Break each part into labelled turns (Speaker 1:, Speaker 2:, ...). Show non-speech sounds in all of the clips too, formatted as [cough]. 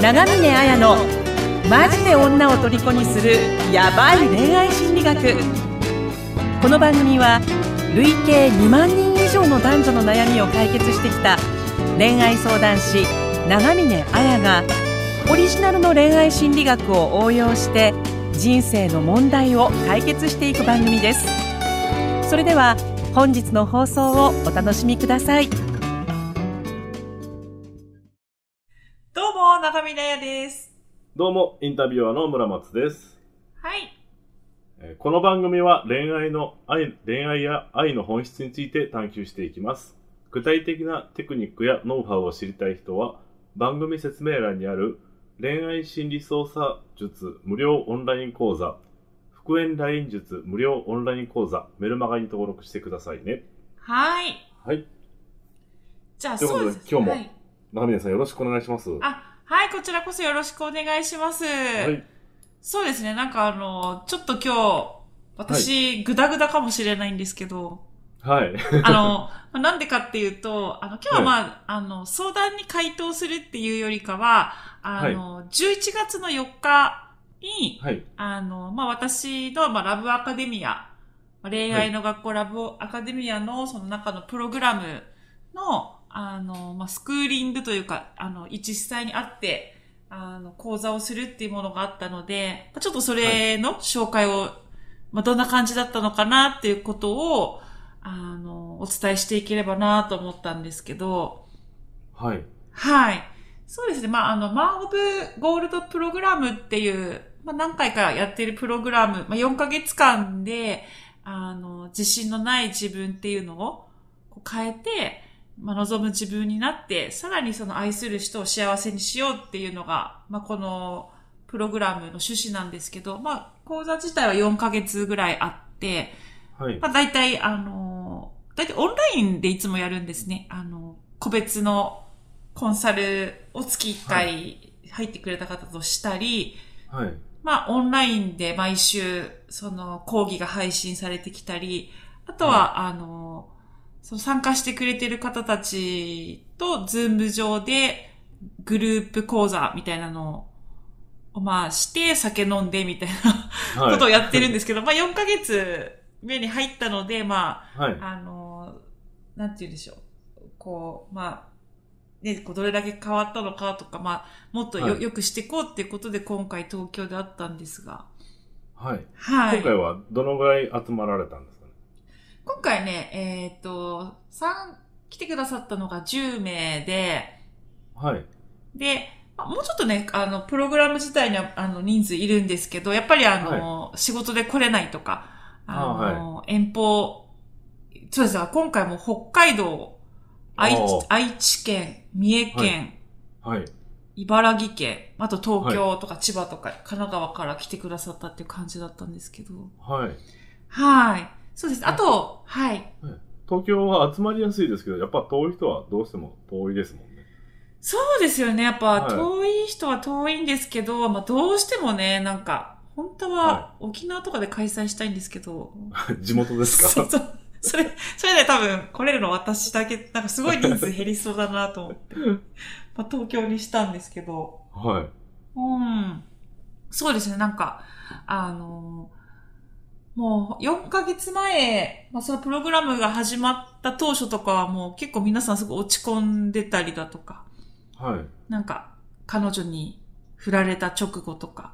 Speaker 1: 長峰綾のマジで女を虜にするヤバい恋愛心理学この番組は累計2万人以上の男女の悩みを解決してきた恋愛相談師長峰綾がオリジナルの恋愛心理学を応用して人生の問題を解決していく番組ですそれでは本日の放送をお楽しみくださいどうも長峰彩です
Speaker 2: どうも、インタビュアーの村松です。
Speaker 1: はい
Speaker 2: えーこの番組は恋愛の愛、恋愛や愛の本質について探求していきます。具体的なテクニックやノウハウを知りたい人は、番組説明欄にある恋愛心理操作術無料オンライン講座、復縁ライン術無料オンライン講座、メルマガに登録してくださいね。
Speaker 3: はい。
Speaker 2: はい。
Speaker 3: じゃあ、
Speaker 2: というこ
Speaker 3: そ
Speaker 2: とで
Speaker 3: うです。
Speaker 2: 今日も
Speaker 3: はい。
Speaker 2: 中峰さんよろしくお願いします。は
Speaker 3: あ、はい、こちらこそよろしくお願いします。
Speaker 2: い。
Speaker 3: そうですね、なんかあの、ちょっと今日、私、グダグダかもしれないんですけど、
Speaker 2: [laughs] はい。
Speaker 3: あの、まあなんでかっていうと、あの、今日はまあ、あの、相談に回答するっていうよりかは、あの、11月の4日に、
Speaker 2: はい。
Speaker 3: あの、まあ、私の、まあ、ラブアカデミア、まあ恋愛の学校ラブアカデミアのその中のプログラムの、あの、まあ、スクーリングというか、あの、実際に会って、あの、講座をするっていうものがあったので、まあちょっとそれの紹介を、まあ、どんな感じだったのかなっていうことを、あの、お伝えしていければなと思ったんですけど、
Speaker 2: はい。
Speaker 3: はい。そうですね。まあ、あの、マン・オブ・ゴールド・プログラムっていう、まあ、何回かやってるプログラム、まあ、4ヶ月間で、あの、自信のない自分っていうのをこう変えて、まあ、望む自分になって、さらにその愛する人を幸せにしようっていうのが、まあ、このプログラムの趣旨なんですけど、まあ、講座自体は4ヶ月ぐらいあって、
Speaker 2: はい。
Speaker 3: まあ、大体、あの、大体オンラインでいつもやるんですね。あの、個別のコンサルを月1回入ってくれた方としたり、
Speaker 2: はい。
Speaker 3: まあ、オンラインで毎週、その、講義が配信されてきたり、あとは、あの、その参加してくれてる方たちと、ズーム上で、グループ講座みたいなのを、まあ、して、酒飲んで、みたいな
Speaker 2: はい
Speaker 3: ことをやってるんですけど、まあ、4ヶ月目に入ったので、まあ、
Speaker 2: はい。
Speaker 3: あの、なんて言うんでしょう。こう、まあ、ね、こうどれだけ変わったのかとか、まあ、もっとよ、
Speaker 2: はい
Speaker 3: よくしていこうっていうことで今回東京であったんですが。
Speaker 2: はい。
Speaker 3: はい。
Speaker 2: 今回はどのぐらい集まられたんですかね
Speaker 3: 今回ね、えっ、と、三来てくださったのが10名で、
Speaker 2: はい。
Speaker 3: で、まあもうちょっとね、あの、プログラム自体には、あの、人数いるんですけど、やっぱりあの、仕事で来れないとか、あの、遠方、そうですね、今回も北海道、愛
Speaker 2: おー
Speaker 3: 知愛知県、三重県、
Speaker 2: ははい。
Speaker 3: 茨城県、あと東京とか千葉とか、神奈川から来てくださったっていう感じだったんですけど。
Speaker 2: はい。
Speaker 3: はい。そうです。あと、はい。
Speaker 2: 東京は集まりやすいですけど、やっぱ遠い人はどうしても遠いですもんね。 [laughs]
Speaker 3: そうですよね。やっ
Speaker 2: は
Speaker 3: ぱ、
Speaker 2: い
Speaker 3: 遠い人は遠いんですけど、まあ、どうしてもね、なんか、本当は沖縄とかで開催したいんですけど。
Speaker 2: 地元です
Speaker 3: [laughs] そ
Speaker 2: か
Speaker 3: うそうそれ、それで多分来れるの私だけ、なんかすごい人数減りそうだなと思っ
Speaker 2: [laughs]
Speaker 3: て。まあ、東京にしたんですけど。
Speaker 2: はい。
Speaker 3: うん。そうですね、なんか、あのもう4ヶ月前、まあ、そのプログラムが始まった当初とかはもう結構皆さんすごい落ち込んでたりだとか、
Speaker 2: はい。
Speaker 3: なんか、彼女に振られた直後とか、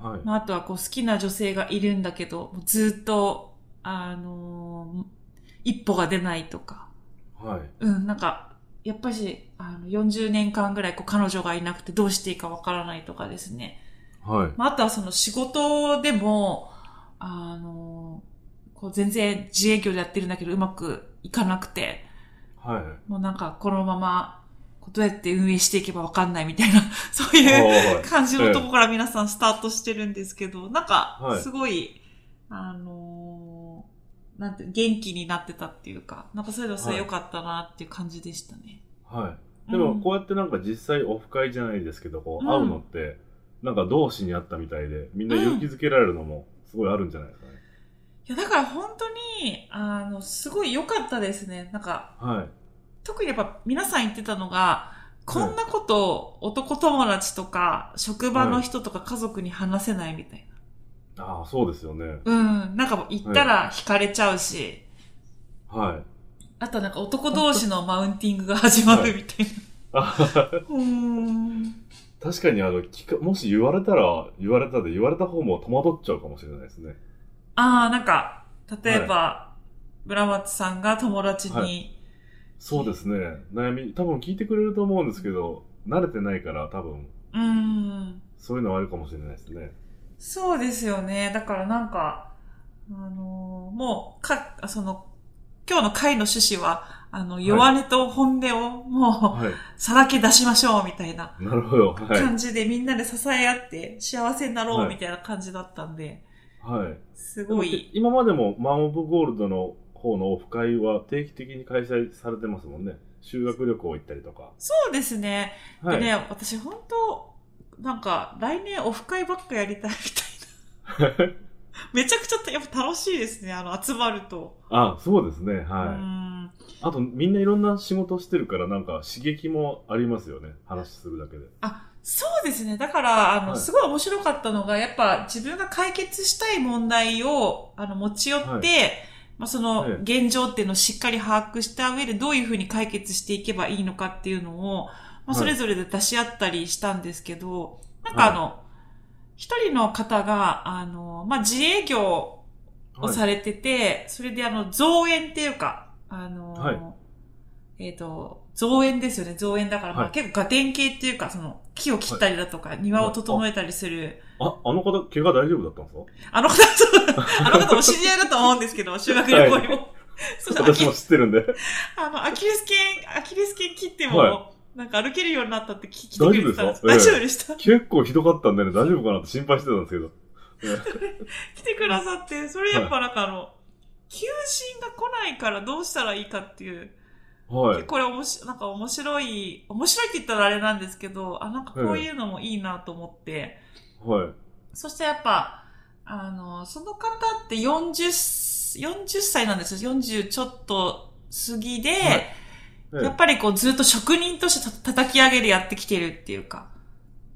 Speaker 2: はい。
Speaker 3: まあ、あとはこう好きな女性がいるんだけど、もうずっと、あのー一歩が出ないとか、
Speaker 2: はい。
Speaker 3: うん、なんか、やっぱし、あの、40年間ぐらいこう彼女がいなくてどうしていいかわからないとかですね。
Speaker 2: はい。
Speaker 3: まあ、あとはその仕事でも、あのーこう全然自営業でやってるんだけどうまくいかなくて、
Speaker 2: はい。
Speaker 3: もうなんかこのまま、こうどうやって運営していけばわかんないみたいな、 [laughs] そういう
Speaker 2: はい。
Speaker 3: 感じのとこから皆さんスタートしてるんですけど、なん
Speaker 2: は
Speaker 3: か
Speaker 2: い、
Speaker 3: すごい、あのーなんて、元気になってたっていうか、なんかそういうのすごい良かったなっていう感じでしたね。
Speaker 2: はい。でも、
Speaker 3: うん
Speaker 2: こうやってなんか実際オフ会じゃないですけど、こう、
Speaker 3: うん
Speaker 2: 会うのって、なんか同志に会ったみたいで、みんな勇気づけられるのも、すごいあるんじゃないですかね。
Speaker 3: いや、だから本当に、あの、すごい良かったですね。なんか、
Speaker 2: はい。
Speaker 3: 特にやっぱ皆さん言ってたのが、こんなことを男友達とか、職場の人とか家族に話せないみたい
Speaker 2: ああ、そうですよね。
Speaker 3: な。うん。なんかもう言ったら惹かれちゃうし、
Speaker 2: はい。
Speaker 3: あとなんか男同士のマウンティングが始まるみたいな。
Speaker 2: あ
Speaker 3: うーん。
Speaker 2: 確かに、あの、聞か、もし言われたら、言われたで、言われた方も戸惑っちゃうかもしれないですね。
Speaker 3: ああ、なんか、例えば、村松さんが友達に、
Speaker 2: はそうですね。悩み、多分聞いてくれると思うんですけど、慣れてないから、多分、
Speaker 3: うーん。
Speaker 2: そういうのはあるかもしれないですね。
Speaker 3: そうですよね。だからなんか、あのーもう、か、その、今日の会の趣旨は、あの、
Speaker 2: い
Speaker 3: 弱音と本音をも、。
Speaker 2: はいう
Speaker 3: さらけ出しましょう、みたいな
Speaker 2: なるほど。はい。
Speaker 3: 感じで、みんなで支え合って、幸せになろ
Speaker 2: は
Speaker 3: う、
Speaker 2: い
Speaker 3: みたいな感じだったんで、
Speaker 2: はい。
Speaker 3: す
Speaker 2: でも
Speaker 3: ごい、
Speaker 2: 今までもマン・オブ・ゴールドの方のオフ会は定期的に開催されてますもんね。修学旅行行ったりとか。
Speaker 3: そうですね。
Speaker 2: は
Speaker 3: で
Speaker 2: い。
Speaker 3: ね、私本当なんか、来年オフ会ばっかやりたいみたいな。めちゃくちゃやっぱ楽しいですね、あの、集まると。
Speaker 2: [laughs] あ、そうですね。
Speaker 3: う
Speaker 2: は
Speaker 3: ん
Speaker 2: い。あと、みんないろんな仕事してるから、なんか刺激もありますよね。話するだけで。
Speaker 3: あ、そうですね。だから、あの、
Speaker 2: はい
Speaker 3: すごい面白かったのが、やっぱ自分が解決したい問題を、あの、持ち寄って、
Speaker 2: はい
Speaker 3: まあ、そ
Speaker 2: はい
Speaker 3: の、現状っていうのをしっかり把握した上で、どういうふうに解決していけばいいのかっていうのを、まあ、
Speaker 2: はい
Speaker 3: それぞれで出し合ったりしたんですけど、なんかあの、一、人の方が、あの、まあ、自営業を
Speaker 2: はい。
Speaker 3: されてて、それであの、造園っていうか、あの、
Speaker 2: はい
Speaker 3: えっ、と、造園ですよね、造園だから、まあ
Speaker 2: はい
Speaker 3: 結構ガテン系っていうか、その、木を切ったりだとか、庭を整えたりする、
Speaker 2: あ、あの方、怪我大丈夫だったんですか
Speaker 3: あ
Speaker 2: [laughs]
Speaker 3: の方、あの方も知り合いだと思うんですけど、修学旅行にも。そうそうア
Speaker 2: 私
Speaker 3: キ
Speaker 2: も知ってるんで。 [laughs]
Speaker 3: あの、アキレス腱、アキレス腱切っても、
Speaker 2: は
Speaker 3: なんか歩けるようになったって聞聞いてくれてたんです。大
Speaker 2: 大
Speaker 3: 丈
Speaker 2: 丈
Speaker 3: 夫
Speaker 2: 夫
Speaker 3: でした。 [laughs]
Speaker 2: 結構ひどかったんでね、大丈夫かなって心配してたんですけど。
Speaker 3: 来てくださって、それやっぱなんかあの、求人が来ないからどうしたらいいかっていう、
Speaker 2: はい。
Speaker 3: これおもし、なんか面白い、面白いって言ったらあれなんですけど、あ、なんかこういうのもいいなと思って、
Speaker 2: はい。
Speaker 3: そしてやっぱ、あの、その方って40、40歳なんですよ。40ちょっと過ぎで、
Speaker 2: はいえ
Speaker 3: やっぱりこうずっと職人としてた叩き上げでやってきてるっていうか。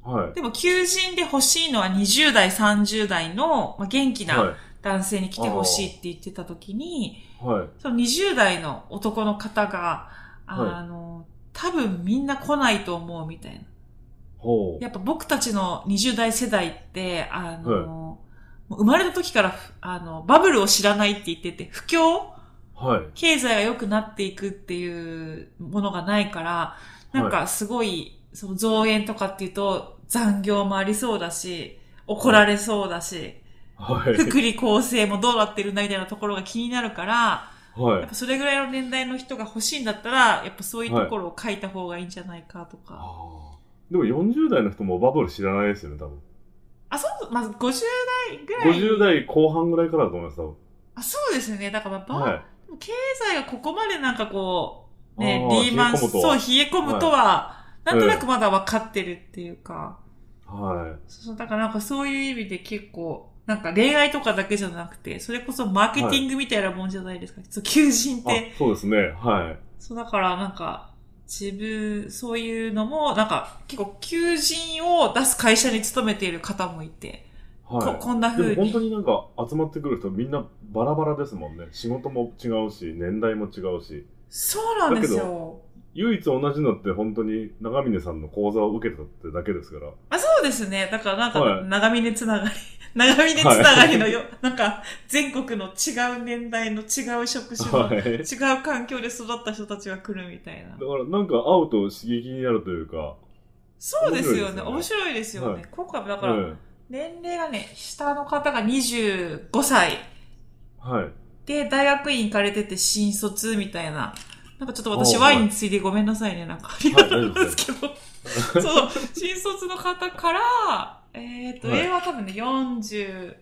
Speaker 2: えはい。
Speaker 3: でも求人で欲しいのは20代、30代の、まあ、元気
Speaker 2: は
Speaker 3: な男性に来てほしいって言ってた時に、
Speaker 2: い。はい。
Speaker 3: その20代の男の方が、あ
Speaker 2: はい
Speaker 3: の、多分みんな来ないと思うみたいな。
Speaker 2: ほう。
Speaker 3: やっぱ僕たちの20代世代って、あの、もう生まれた時から、ふあの、バブルを知らないって言ってて、不況
Speaker 2: はい。
Speaker 3: 経済が良くなっていくっていうものがないから、なんかすごい、その増援とかっていうと、残業もありそうだし、怒られそうだし、
Speaker 2: はい。
Speaker 3: 福利厚生もどうなってるんだみたいなところが気になるから、
Speaker 2: は
Speaker 3: やっ
Speaker 2: い。
Speaker 3: ぱそれぐらいの年代の人が欲しいんだったら、やっぱそういうところを書いた方がいいんじゃないかとか。
Speaker 2: あーでも40代の人もバブル知らないですよね、多分。
Speaker 3: あ、そう、まず50代ぐらい。
Speaker 2: 50代後半ぐらいからだと思います、多
Speaker 3: あそうですね。だから、ば、
Speaker 2: 分。はい。
Speaker 3: 経済がここまでなんかこう、ね、
Speaker 2: あー
Speaker 3: リーマン、
Speaker 2: 冷え込むと
Speaker 3: そう、冷え込むとは、なんとなくまだ分かってるっていうか、
Speaker 2: は
Speaker 3: そうそう、だからなんかそういう意味で結構、なんか恋愛とかだけじゃなくて、それこそマーケティングみたいなもんじゃないですか。そう、求人っ
Speaker 2: い。
Speaker 3: て。
Speaker 2: あ、そうですね。は
Speaker 3: そう、だからなんか、自分、そういうのも、なんか、結構求人を出す会社に勤めている方もいて、
Speaker 2: い。はい
Speaker 3: こ。こんな
Speaker 2: で
Speaker 3: 風
Speaker 2: も本当
Speaker 3: に。
Speaker 2: になんか集まってくる人みんなバラバラですもんね。仕事も違うし、年代も違うし。
Speaker 3: そうなんです
Speaker 2: だけ
Speaker 3: よ。
Speaker 2: 唯一同じのって本当に長峰さんの講座を受けたってだけです
Speaker 3: [laughs]
Speaker 2: から。
Speaker 3: あ、そうですね。だからなんか、
Speaker 2: はい
Speaker 3: 長峰つながり、長峰つながりのよ、なんか、全国の違う年代の違う職種の、
Speaker 2: はい。
Speaker 3: 違う環境で育った人たちが来るみたいな
Speaker 2: だ。からなんか会うと刺激になるというか、
Speaker 3: そうですよね。面
Speaker 2: 面
Speaker 3: 白いですよね。
Speaker 2: はい
Speaker 3: 今回もだか
Speaker 2: う
Speaker 3: ら、
Speaker 2: ん、
Speaker 3: 年齢がね、下の方が25歳
Speaker 2: はい。
Speaker 3: で、大学院行かれてて新卒みたいな。なんかちょっと私
Speaker 2: おう
Speaker 3: ワインついでごめんなさいね。なんかありがとうなんですけど。そう、新卒の方から、えっ、と、
Speaker 2: はい
Speaker 3: 上は多分ね、40、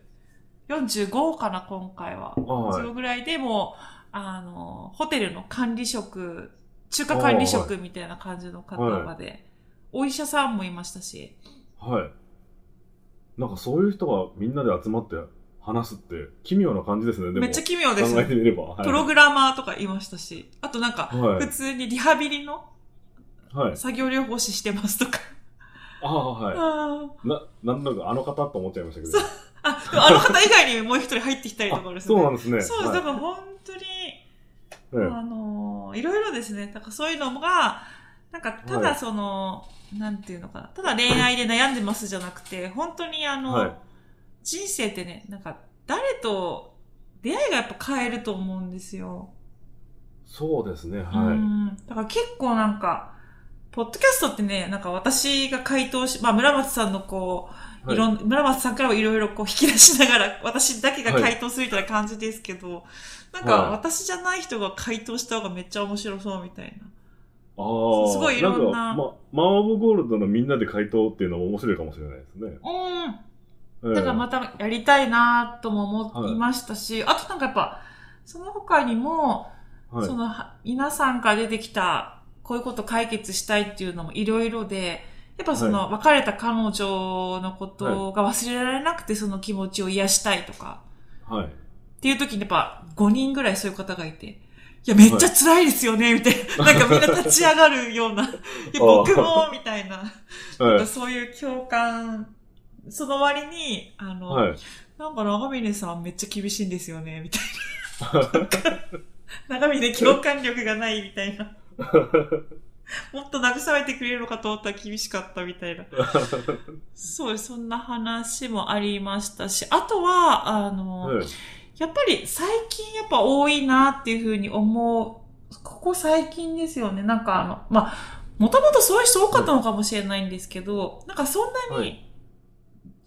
Speaker 3: 45かな、今回は。
Speaker 2: はい
Speaker 3: そのぐらいでもう、あの、ホテルの管理職、中華管理職みたいな感じの方まで、お医者さんもいましたし、
Speaker 2: はい。なんかそういう人がみんなで集まって話すって奇妙な感じですね、でも。
Speaker 3: めっちゃ奇妙です
Speaker 2: 考
Speaker 3: よ
Speaker 2: えてみれば。はい、
Speaker 3: プログラマーとかいましたし、あとなんか、
Speaker 2: はい
Speaker 3: 普通にリハビリの、
Speaker 2: はい。
Speaker 3: 作業療法士してますとか。
Speaker 2: ああ、は
Speaker 3: あ
Speaker 2: い。な、なんだかあの方と思っちゃいましたけど。
Speaker 3: ーあ、でもあの方以外にもう一人入ってきたりとか
Speaker 2: あ
Speaker 3: ですね。
Speaker 2: そうなんですね。
Speaker 3: そうです。
Speaker 2: は
Speaker 3: だ
Speaker 2: い
Speaker 3: から本当に、
Speaker 2: え
Speaker 3: あ
Speaker 2: え
Speaker 3: のーいろいろですね。だからそういうのが、なんかた
Speaker 2: は
Speaker 3: だ
Speaker 2: い
Speaker 3: その、なんていうのかな。ただ恋愛で悩んでますじゃなくて、本当にあの、
Speaker 2: はい
Speaker 3: 人生ってね、なんか誰と出会いがやっぱ変えると思うんですよ。
Speaker 2: そうですね、
Speaker 3: う
Speaker 2: は
Speaker 3: んだから結構なんか、ポッドキャストってね、なんか私が回答し、まあ村松さんのこう、
Speaker 2: い。
Speaker 3: い
Speaker 2: は
Speaker 3: ろ
Speaker 2: い。
Speaker 3: ん、村松さんからもいろいろこう引き出しながら、 [laughs] 私だけが回答するみたいな感じですけど、なんか
Speaker 2: はい
Speaker 3: 私じゃない人が回答した方がめっちゃ面白そうみたいな。
Speaker 2: ああ、
Speaker 3: すごいいろんな
Speaker 2: なんか、ま、マン・オブ・ゴールドのみんなで回答っていうのも面白いかもしれないですね。
Speaker 3: うん。
Speaker 2: ええ
Speaker 3: だからまたやりたいなとも思いましたし、あとなんかやっぱ、その他にも、
Speaker 2: はい
Speaker 3: そ。の、は皆さんから出てきた、こういうこと解決したいっていうのもいろいろで、やっぱその、別れた彼女のことが忘れられなくて、その気持ちを癒したいとか、
Speaker 2: はい。
Speaker 3: っていう時にやっぱ5人ぐらいそういう方がいて、いや、めっちゃ辛いですよね、みたい
Speaker 2: [laughs]
Speaker 3: な。なんかみんな立ち上がるような、いや、僕も、みたいな、
Speaker 2: はい。
Speaker 3: そういう共感、その割に、あの、
Speaker 2: はい。
Speaker 3: なんか長峰さんめっちゃ厳しいんですよね、みたい
Speaker 2: [laughs]
Speaker 3: な。長峰共感力がないみたいな。もっと慰めてくれるのかと思ったら厳しかったみたい
Speaker 2: [laughs]
Speaker 3: な。そうです、そんな話もありましたし、あとは、あの、
Speaker 2: はい
Speaker 3: やっぱり最近やっぱ多いなっていうふうに思う、ここ最近ですよね。なんかあの、まあ、もともとそういう人多かったのかもしれないんですけど、なんかそんな
Speaker 2: は
Speaker 3: に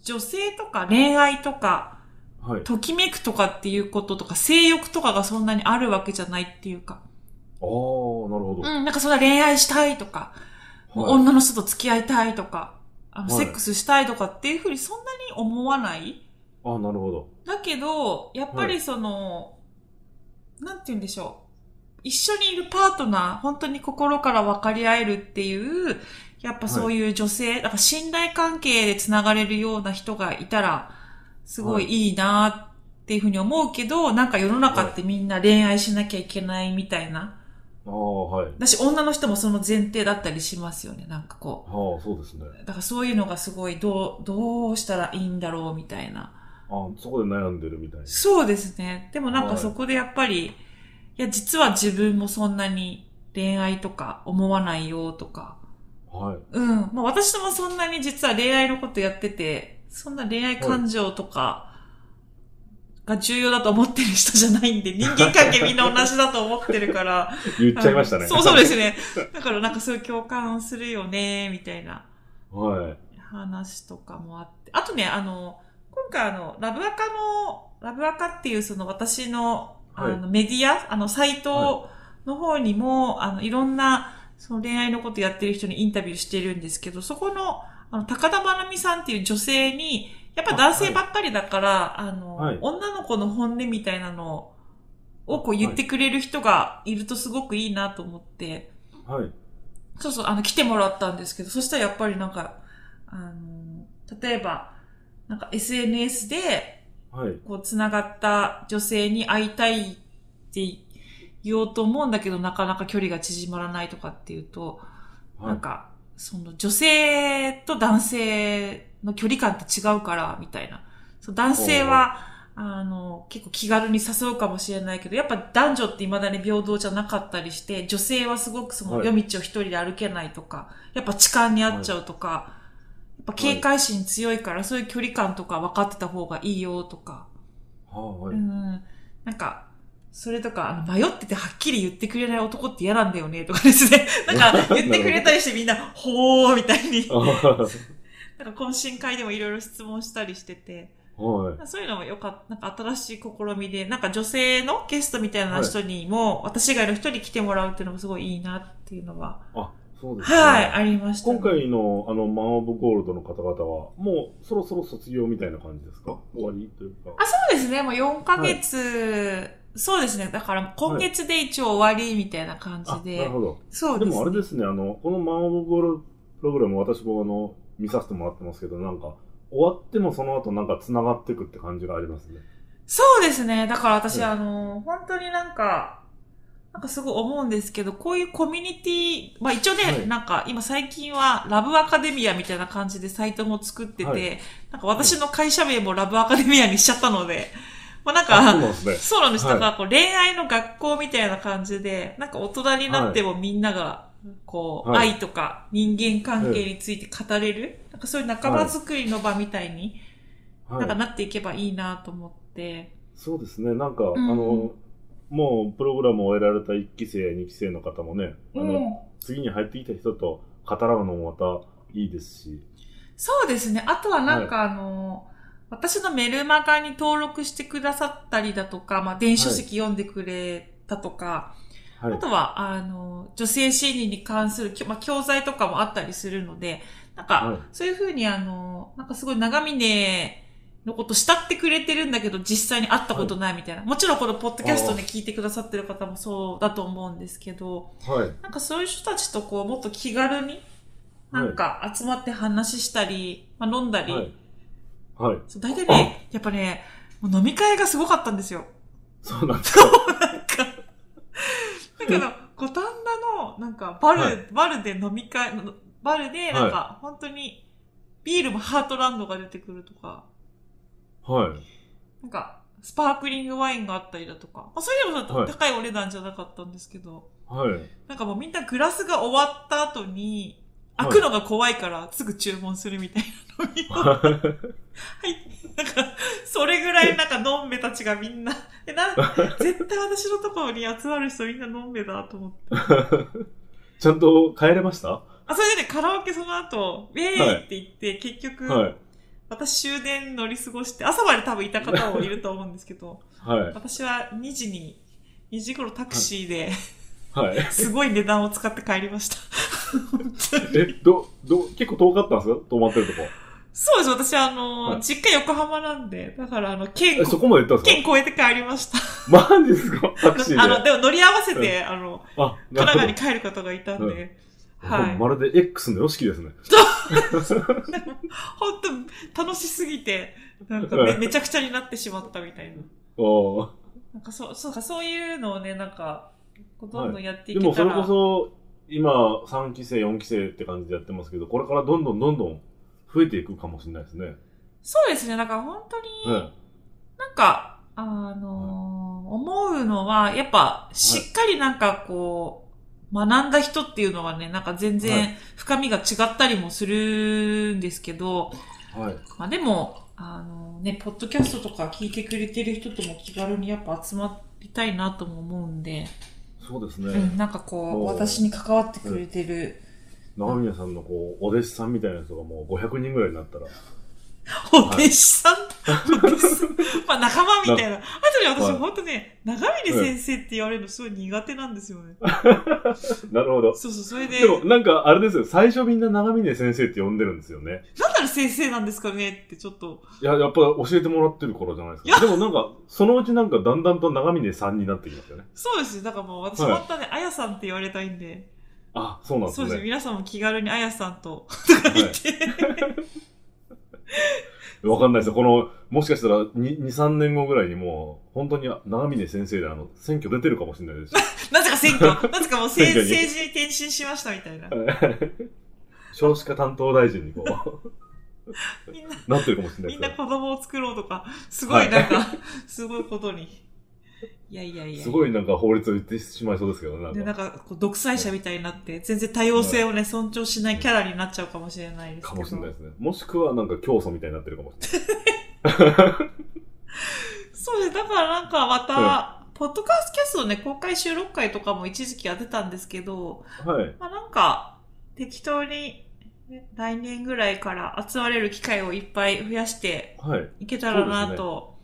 Speaker 3: 女性とか恋愛とか、
Speaker 2: はい。
Speaker 3: ときめくとかっていうこととか、性欲とかがそんなにあるわけじゃないっていうか。
Speaker 2: ああ、なるほど。
Speaker 3: う
Speaker 2: はい
Speaker 3: ん、なんかそんな恋愛したいとか、もう女の人と付き合いたいとか、あの、
Speaker 2: は
Speaker 3: セ
Speaker 2: い
Speaker 3: ックスしたいとかっていうふうにそんなに思わない
Speaker 2: ああ、なるほど。
Speaker 3: だけど、やっぱ
Speaker 2: は
Speaker 3: り
Speaker 2: い
Speaker 3: その、なんて言うんでしょう。一緒にいるパートナー、本当に心から分かり合えるっていう、やっぱそういう女性、なんか信頼関係でつながれるような人がいたら、すごい
Speaker 2: はい
Speaker 3: いいなっていうふうに思うけど、なんか世の中ってみんな恋愛しなきゃいけないみたいな。
Speaker 2: ああ、はい。
Speaker 3: だし、女の人もその前提だったりしますよね、なんかこ
Speaker 2: ああ、そうですね。
Speaker 3: う。だからそういうのがすごい、どう、どうしたらいいんだろうみたいな。
Speaker 2: ああ、そこで悩んでるみたいな。
Speaker 3: そうですね。でもなんか
Speaker 2: はい
Speaker 3: そこでやっぱり、い、や、実は自分もそんなに恋愛とか思わないよとか、
Speaker 2: はい。
Speaker 3: うん。まあ私ともそんなに実は恋愛のことやってて、そんな恋愛感情とかが重要だと思ってる人じゃないん
Speaker 2: [laughs]
Speaker 3: で、人間関係みんな同じだと思ってるから。
Speaker 2: 言っちゃいましたね。
Speaker 3: [laughs] そうそうです
Speaker 2: ね。
Speaker 3: ね。だからなんかそういう共感するよね、みたいな。
Speaker 2: はい。
Speaker 3: 話とかもあって。あとね、あの、今回あの、ラブアカの、ラブアカっていうその私の、あ
Speaker 2: はい
Speaker 3: の、メディア、あの、サイトの方にも、あの、いろんな、その恋愛のことやってる人にインタビューしてるんですけど、そこの、あの、高田真奈美さんっていう女性に、やっぱ男性ばっかりだから、あの、
Speaker 2: はい
Speaker 3: 女の子の本音みたいなのをこう言ってくれる人がいるとすごくいいなと思って、
Speaker 2: はい。
Speaker 3: そうそう、あの、来てもらったんですけど、そしたらやっぱりなんか、あの、例えば、なんか SNS で、
Speaker 2: はい。
Speaker 3: こう、つながった女性に会いたいって言おうと思うんだけど、なかなか距離が縮まらないとかっていうと、
Speaker 2: は
Speaker 3: ないん。か、その女性と男性の距離感って違うから、みたいな。そう男性は、あの、結構気軽に誘うかもしれないけど、やっぱ男女って未だに平等じゃなかったりして、女性はすごくその
Speaker 2: はい
Speaker 3: 夜道を一人で歩けないとか、やっぱ痴漢に遭っちゃうとか、やっぱ警戒心強いから、そういう距離感とか分かってた方がいいよとか、
Speaker 2: は
Speaker 3: う
Speaker 2: い。
Speaker 3: ん。なんか、それとか、あの迷っててはっきり言ってくれない男って嫌なんだよね、とかです
Speaker 2: [laughs]
Speaker 3: ね。なんか、言ってくれたりしてみんな、ほーみたいに。
Speaker 2: あー
Speaker 3: [laughs] なんか懇親会でもいろいろ質問したりしてて、
Speaker 2: はい。
Speaker 3: そういうのもよかった、なんか新しい試みで、なんか女性のゲストみたいな人にも、私以外の人に来てもらうっていうのもすごいいいなっていうのは、
Speaker 2: あ、そうですね。
Speaker 3: はい、ありました、
Speaker 2: 今回のあのマン・オブ・ゴールドの方々は、もうそろそろ卒業みたいな感じですか終わりというか。
Speaker 3: あ、そうですね、もう4ヶ月、そうですね、だから今月で一応終わりみたいな感じ
Speaker 2: あ、
Speaker 3: で、
Speaker 2: なるほど。
Speaker 3: そう
Speaker 2: で
Speaker 3: ですね。
Speaker 2: もあれですね、あの、このマン・オブ・ゴールドプログラム、私もあの、見させてもらってますけど、なんか、終わってもその後なんか繋がってくって感じがありますね。
Speaker 3: そうですね。だから私、
Speaker 2: うん
Speaker 3: あの、本当になんか、なんかすごい思うんですけど、こういうコミュニティ、まあ一応ね、
Speaker 2: はい
Speaker 3: なんか今最近はラブアカデミアみたいな感じでサイトも作ってて、
Speaker 2: はい
Speaker 3: なんか私の会社名もラブアカデミアにしちゃったので、まあなん
Speaker 2: あそう
Speaker 3: か
Speaker 2: な、んですね。
Speaker 3: そうなんです。
Speaker 2: はい
Speaker 3: だからこう恋愛の学校みたいな感じで、なんか大人になってもみんなが、こう、
Speaker 2: はい
Speaker 3: 愛とか人間関係について語れる、なんかそういう仲間づくりの場みたいに、なんか
Speaker 2: はい。
Speaker 3: なっていけばいいなと思って。
Speaker 2: そうですね。なんか、
Speaker 3: ん
Speaker 2: あの、もうプログラムを終えられた1期生や2期生の方もね、あの、次に入ってきた人と語らうのもまたいいですし、
Speaker 3: そうですね。あとはなんかあの、私のメルマガに登録してくださったりだとか、まあ電子書籍読んでくれたとか、
Speaker 2: はい
Speaker 3: あ。とは、あの、女性心理に関する、きょまあ、教材とかもあったりするので、なんか、
Speaker 2: はい
Speaker 3: そういうふうに、あの、なんかすごい長峰のこと慕ってくれてるんだけど、実際に会ったことないみたいな。もちろんこのポッドキャストね、聞いてくださってる方もそうだと思うんですけど、
Speaker 2: はい。
Speaker 3: なんかそういう人たちとこう、もっと気軽に、なんか集まって話したり、まあ、飲んだり、
Speaker 2: はい。はい。
Speaker 3: そう大体ね、やっぱね、もう飲み会がすごかったんですよ。
Speaker 2: そうなんですか。
Speaker 3: なんか、だけど、五反田の、なんか、バル、
Speaker 2: はい
Speaker 3: バルで飲み会、バルで、なんか、本当に、ビールもハートランドが出てくるとか、
Speaker 2: はい。
Speaker 3: なんか、スパークリングワインがあったりだとか、まあ、それでもちょっと
Speaker 2: はい
Speaker 3: 高いお値段じゃなかったんですけど、
Speaker 2: はい。
Speaker 3: なんかもうみんなグラスが終わった後に、
Speaker 2: はい
Speaker 3: 開くのが怖いから、すぐ注文するみたいな飲み物。なんか、それぐらいなんか、のんべたちがみんな、え、
Speaker 2: [laughs]
Speaker 3: なん、絶対私のところに集まる人みんなのんべだと思って。
Speaker 2: ちゃんと帰れましたは
Speaker 3: あ、それでね、カラオケその後、ウェーイって言って、結局、
Speaker 2: い。はい。
Speaker 3: 私終電乗り過ごして、朝まで多分いた方もいると思うんですけど、私は2時に、2時頃タクシーで、
Speaker 2: はい。
Speaker 3: [laughs] すごい値段を使って帰りました。 [laughs] 本当に
Speaker 2: え、ど、ど、結構遠かったんですか泊まってるとこ。
Speaker 3: そうです、私あの、
Speaker 2: はい
Speaker 3: 実家横浜なんで、だからあの、県
Speaker 2: え、、そこまで行ったん
Speaker 3: 県
Speaker 2: で
Speaker 3: 越えて帰りました。
Speaker 2: すかマジですかタクシーで。
Speaker 3: あの、でも乗り合わせて、あの、
Speaker 2: あ、
Speaker 3: 神
Speaker 2: な
Speaker 3: 奈川
Speaker 2: る
Speaker 3: に帰る方がいたんで、
Speaker 2: ほど。
Speaker 3: は
Speaker 2: ま
Speaker 3: い。
Speaker 2: るで X の YOSHIKI ですね。 [laughs]
Speaker 3: 本当楽しすぎて、なんか
Speaker 2: は
Speaker 3: め
Speaker 2: い
Speaker 3: めちゃくちゃになってしまったみたいな。
Speaker 2: おー
Speaker 3: なんかそう、そうか、そういうのをね、なんか、こうどんどんやってい
Speaker 2: で
Speaker 3: け
Speaker 2: も
Speaker 3: た
Speaker 2: それ
Speaker 3: ら。
Speaker 2: こそ、今、3期生、4期生って感じでやってますけど、これからどんどんどんどん増えていくかもしれないですね。
Speaker 3: そうですね、なんか本当に、
Speaker 2: は
Speaker 3: なんか、あのー思うのは、やっぱ、しっかりなんかこう、学んだ人っていうのはね、なんか全
Speaker 2: は
Speaker 3: 然深みが違ったりもするんですけど、
Speaker 2: い。はい。
Speaker 3: まあでも、あのね、ポッドキャストとか聞いてくれてる人とも気軽にやっぱ集まりたいなとも思うんで、
Speaker 2: そうです
Speaker 3: う
Speaker 2: ね
Speaker 3: ん、。なんかこう、
Speaker 2: おー
Speaker 3: 私に関わってくれてる、
Speaker 2: 長峰さんのこう、お弟子さんみたいな人がもう500人ぐらいになったら、
Speaker 3: お弟子さん、お弟子さん、 [laughs] まあ仲間みたいな。あとね、
Speaker 2: は
Speaker 3: 私
Speaker 2: い
Speaker 3: 本当ね、長峰先生って言われるのすごい苦手なんですよね。
Speaker 2: なるほど。
Speaker 3: そうそう、それで、
Speaker 2: で
Speaker 3: な
Speaker 2: も、
Speaker 3: ん
Speaker 2: なんか、あれですよ。最初みんな長峰先生って呼んでるんですよね。
Speaker 3: なら先生なんですかねってちょっと、
Speaker 2: いや、やっぱ教えてもらってる頃じゃないですか。でもなんか、そのうちなんかだんだんと長峰さんになってきますよね。
Speaker 3: そうですね、だからもう私
Speaker 2: はい
Speaker 3: 本当ね、あやさんって言われたいんで、
Speaker 2: あ、そうなんで
Speaker 3: そうで
Speaker 2: す
Speaker 3: すね、
Speaker 2: ね。
Speaker 3: 皆さんも気軽にあやさんと、
Speaker 2: は
Speaker 3: 言って、
Speaker 2: い。わかんないですよ。この、もしかしたら2、2 3年後ぐらいにもう、本当に長峰先生であの、選挙出てるかもしれないですし。
Speaker 3: なぜか選
Speaker 2: [laughs]
Speaker 3: 挙、なぜかもうせ
Speaker 2: 選挙
Speaker 3: 政
Speaker 2: に
Speaker 3: 治に転身しましたみたいな。
Speaker 2: 少子化担当大臣にこ
Speaker 3: [laughs] みんな、
Speaker 2: う、なってるかもしれな
Speaker 3: み
Speaker 2: い
Speaker 3: ん
Speaker 2: で
Speaker 3: な
Speaker 2: す
Speaker 3: 子供を作ろうとか、すごいなんか、 [laughs] すごいことに。いやいやいや
Speaker 2: よ。
Speaker 3: や。
Speaker 2: すごいなんか法律を言ってしまいそうですけどね。
Speaker 3: で、な
Speaker 2: な
Speaker 3: んん
Speaker 2: か、
Speaker 3: か、こう独裁者みたいになって、全然多様性をね、尊重しないキャラになっちゃうかもしれないです
Speaker 2: か
Speaker 3: けど。
Speaker 2: もしれないですね。もしくはなんか教祖みたいになってるかもしれない。
Speaker 3: そうです。だからなんか、また、ポッドキャストね、公開収録会とかも一時期やってたんですけど、
Speaker 2: はい。
Speaker 3: まあなんか、適当に、ね来年ぐらいから集まれる機会をいっぱい増やして
Speaker 2: はい。
Speaker 3: いけたら
Speaker 2: そう
Speaker 3: な
Speaker 2: ですね
Speaker 3: と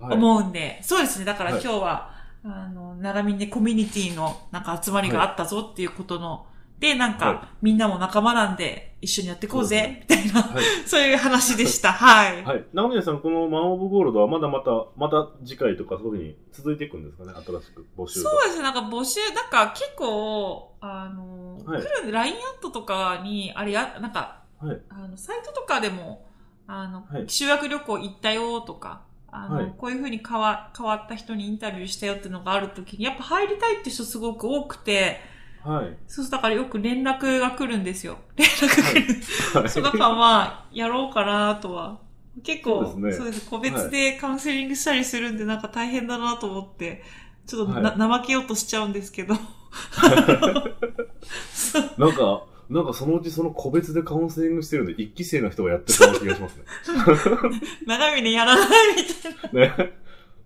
Speaker 2: はい。
Speaker 3: 思うんで、そうですね。だから
Speaker 2: は
Speaker 3: 今
Speaker 2: い
Speaker 3: 日は、あの、長峰コミュニティのなんか集まりがあったぞっていうことの、で、なんか、
Speaker 2: は
Speaker 3: みんなも仲間なんで一緒にやっていこうぜ、みたいな、
Speaker 2: はい
Speaker 3: そういう話でした。はい。
Speaker 2: はい。長峰さん、このマン・オブ・ゴールドはまだまた、また次回とかそういうふうに続いていくんですかね新しく募集が
Speaker 3: そうですね。なんか募集、なんか結構、あの、
Speaker 2: はい
Speaker 3: 来るんで、LINE アットとかに、あれや、なんか、
Speaker 2: はい
Speaker 3: あの、サイトとかでも、あの、
Speaker 2: はい
Speaker 3: 修学旅行行ったよとか、あの、
Speaker 2: はい
Speaker 3: こういうふうに変わ変わった人にインタビューしたよっていうのがあるときに、やっぱ入りたいって人すごく多くて、
Speaker 2: はい。
Speaker 3: そうするとだからよく連絡が来るんですよ。連絡が来る。
Speaker 2: はい
Speaker 3: そうだからまあ、やろうかなとは。結構、
Speaker 2: そうですね
Speaker 3: 個別でカウンセリングしたりするんで、なんか大変だなと思って、ちょっとな、
Speaker 2: は
Speaker 3: 怠けようとしちゃうんですけ
Speaker 2: [laughs]
Speaker 3: ど。そう
Speaker 2: なんか、なんかそのうちその個別でカウンセリングしてるんで、一期生の人がやってそうな気が
Speaker 3: [laughs]
Speaker 2: しますね。
Speaker 3: 長峰やらないみたいな。
Speaker 2: ね。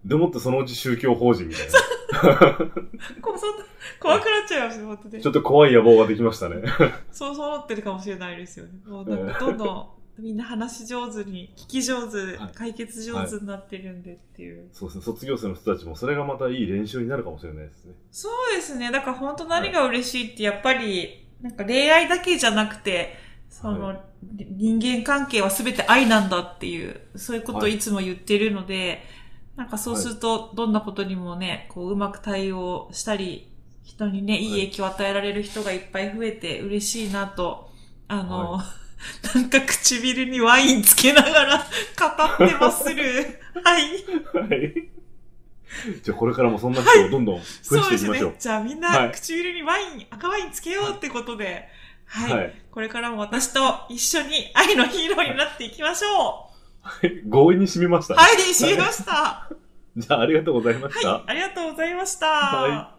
Speaker 2: でもってそのうち宗教法人みたいな。
Speaker 3: こうそんな怖くなっちゃいますね、本当に
Speaker 2: ちょ。っと怖い野望ができましたね。
Speaker 3: そうそう思ってるかもしれないですよね。もうなんかどんどんみんな話し上手に、聞き上手
Speaker 2: はい、
Speaker 3: 解決上手になってるんでっていう。
Speaker 2: そうですね。卒業生の人たちもそれがまたいい練習になるかもしれないですね。
Speaker 3: そうですね。だから本当何が嬉しいって、やっぱり、なんか恋愛だけじゃなくて、その、
Speaker 2: は
Speaker 3: 人間関係は全て愛なんだっていう、そういうことを
Speaker 2: はい
Speaker 3: いつも言ってるので、なんかそうすると、どんなことにもね、こう、うまく対応したり、人にね、いい
Speaker 2: はい
Speaker 3: 影響を与えられる人がいっぱい増えて嬉しいなと、あの、 [laughs] なんか唇にワインつけながら語ってまする。はい。
Speaker 2: はい。じゃあこれからもそんな人をどんどん増や
Speaker 3: そうで
Speaker 2: していき
Speaker 3: す
Speaker 2: ましょう
Speaker 3: ね。。じゃあみん
Speaker 2: は
Speaker 3: ない唇にワイン、赤ワインつけようってことで、はい、
Speaker 2: はい。
Speaker 3: これからも私と一緒に愛のヒーローになっていきましょ
Speaker 2: 強引に締めまし
Speaker 3: う。
Speaker 2: た。
Speaker 3: はい、で、知りました。は
Speaker 2: じゃあありがとうございました。
Speaker 3: い、ありがとうございました。
Speaker 2: は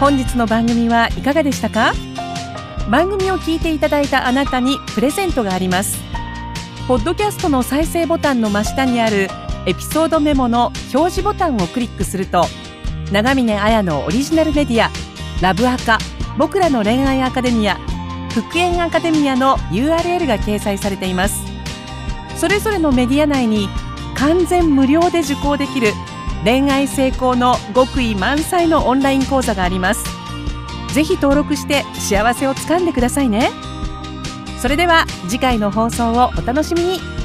Speaker 1: 本日の番組はいかがでしたか番組を聞いていただいたあなたにプレゼントがありますポッドキャストの再生ボタンの真下にあるエピソードメモの表示ボタンをクリックすると長峰綾のオリジナルメディアラブアカ僕らの恋愛アカデミア復縁アカデミアの URL が掲載されていますそれぞれのメディア内に完全無料で受講できる恋愛成功の極意満載のオンライン講座がありますぜひ登録して幸せをつかんでくださいねそれでは次回の放送をお楽しみに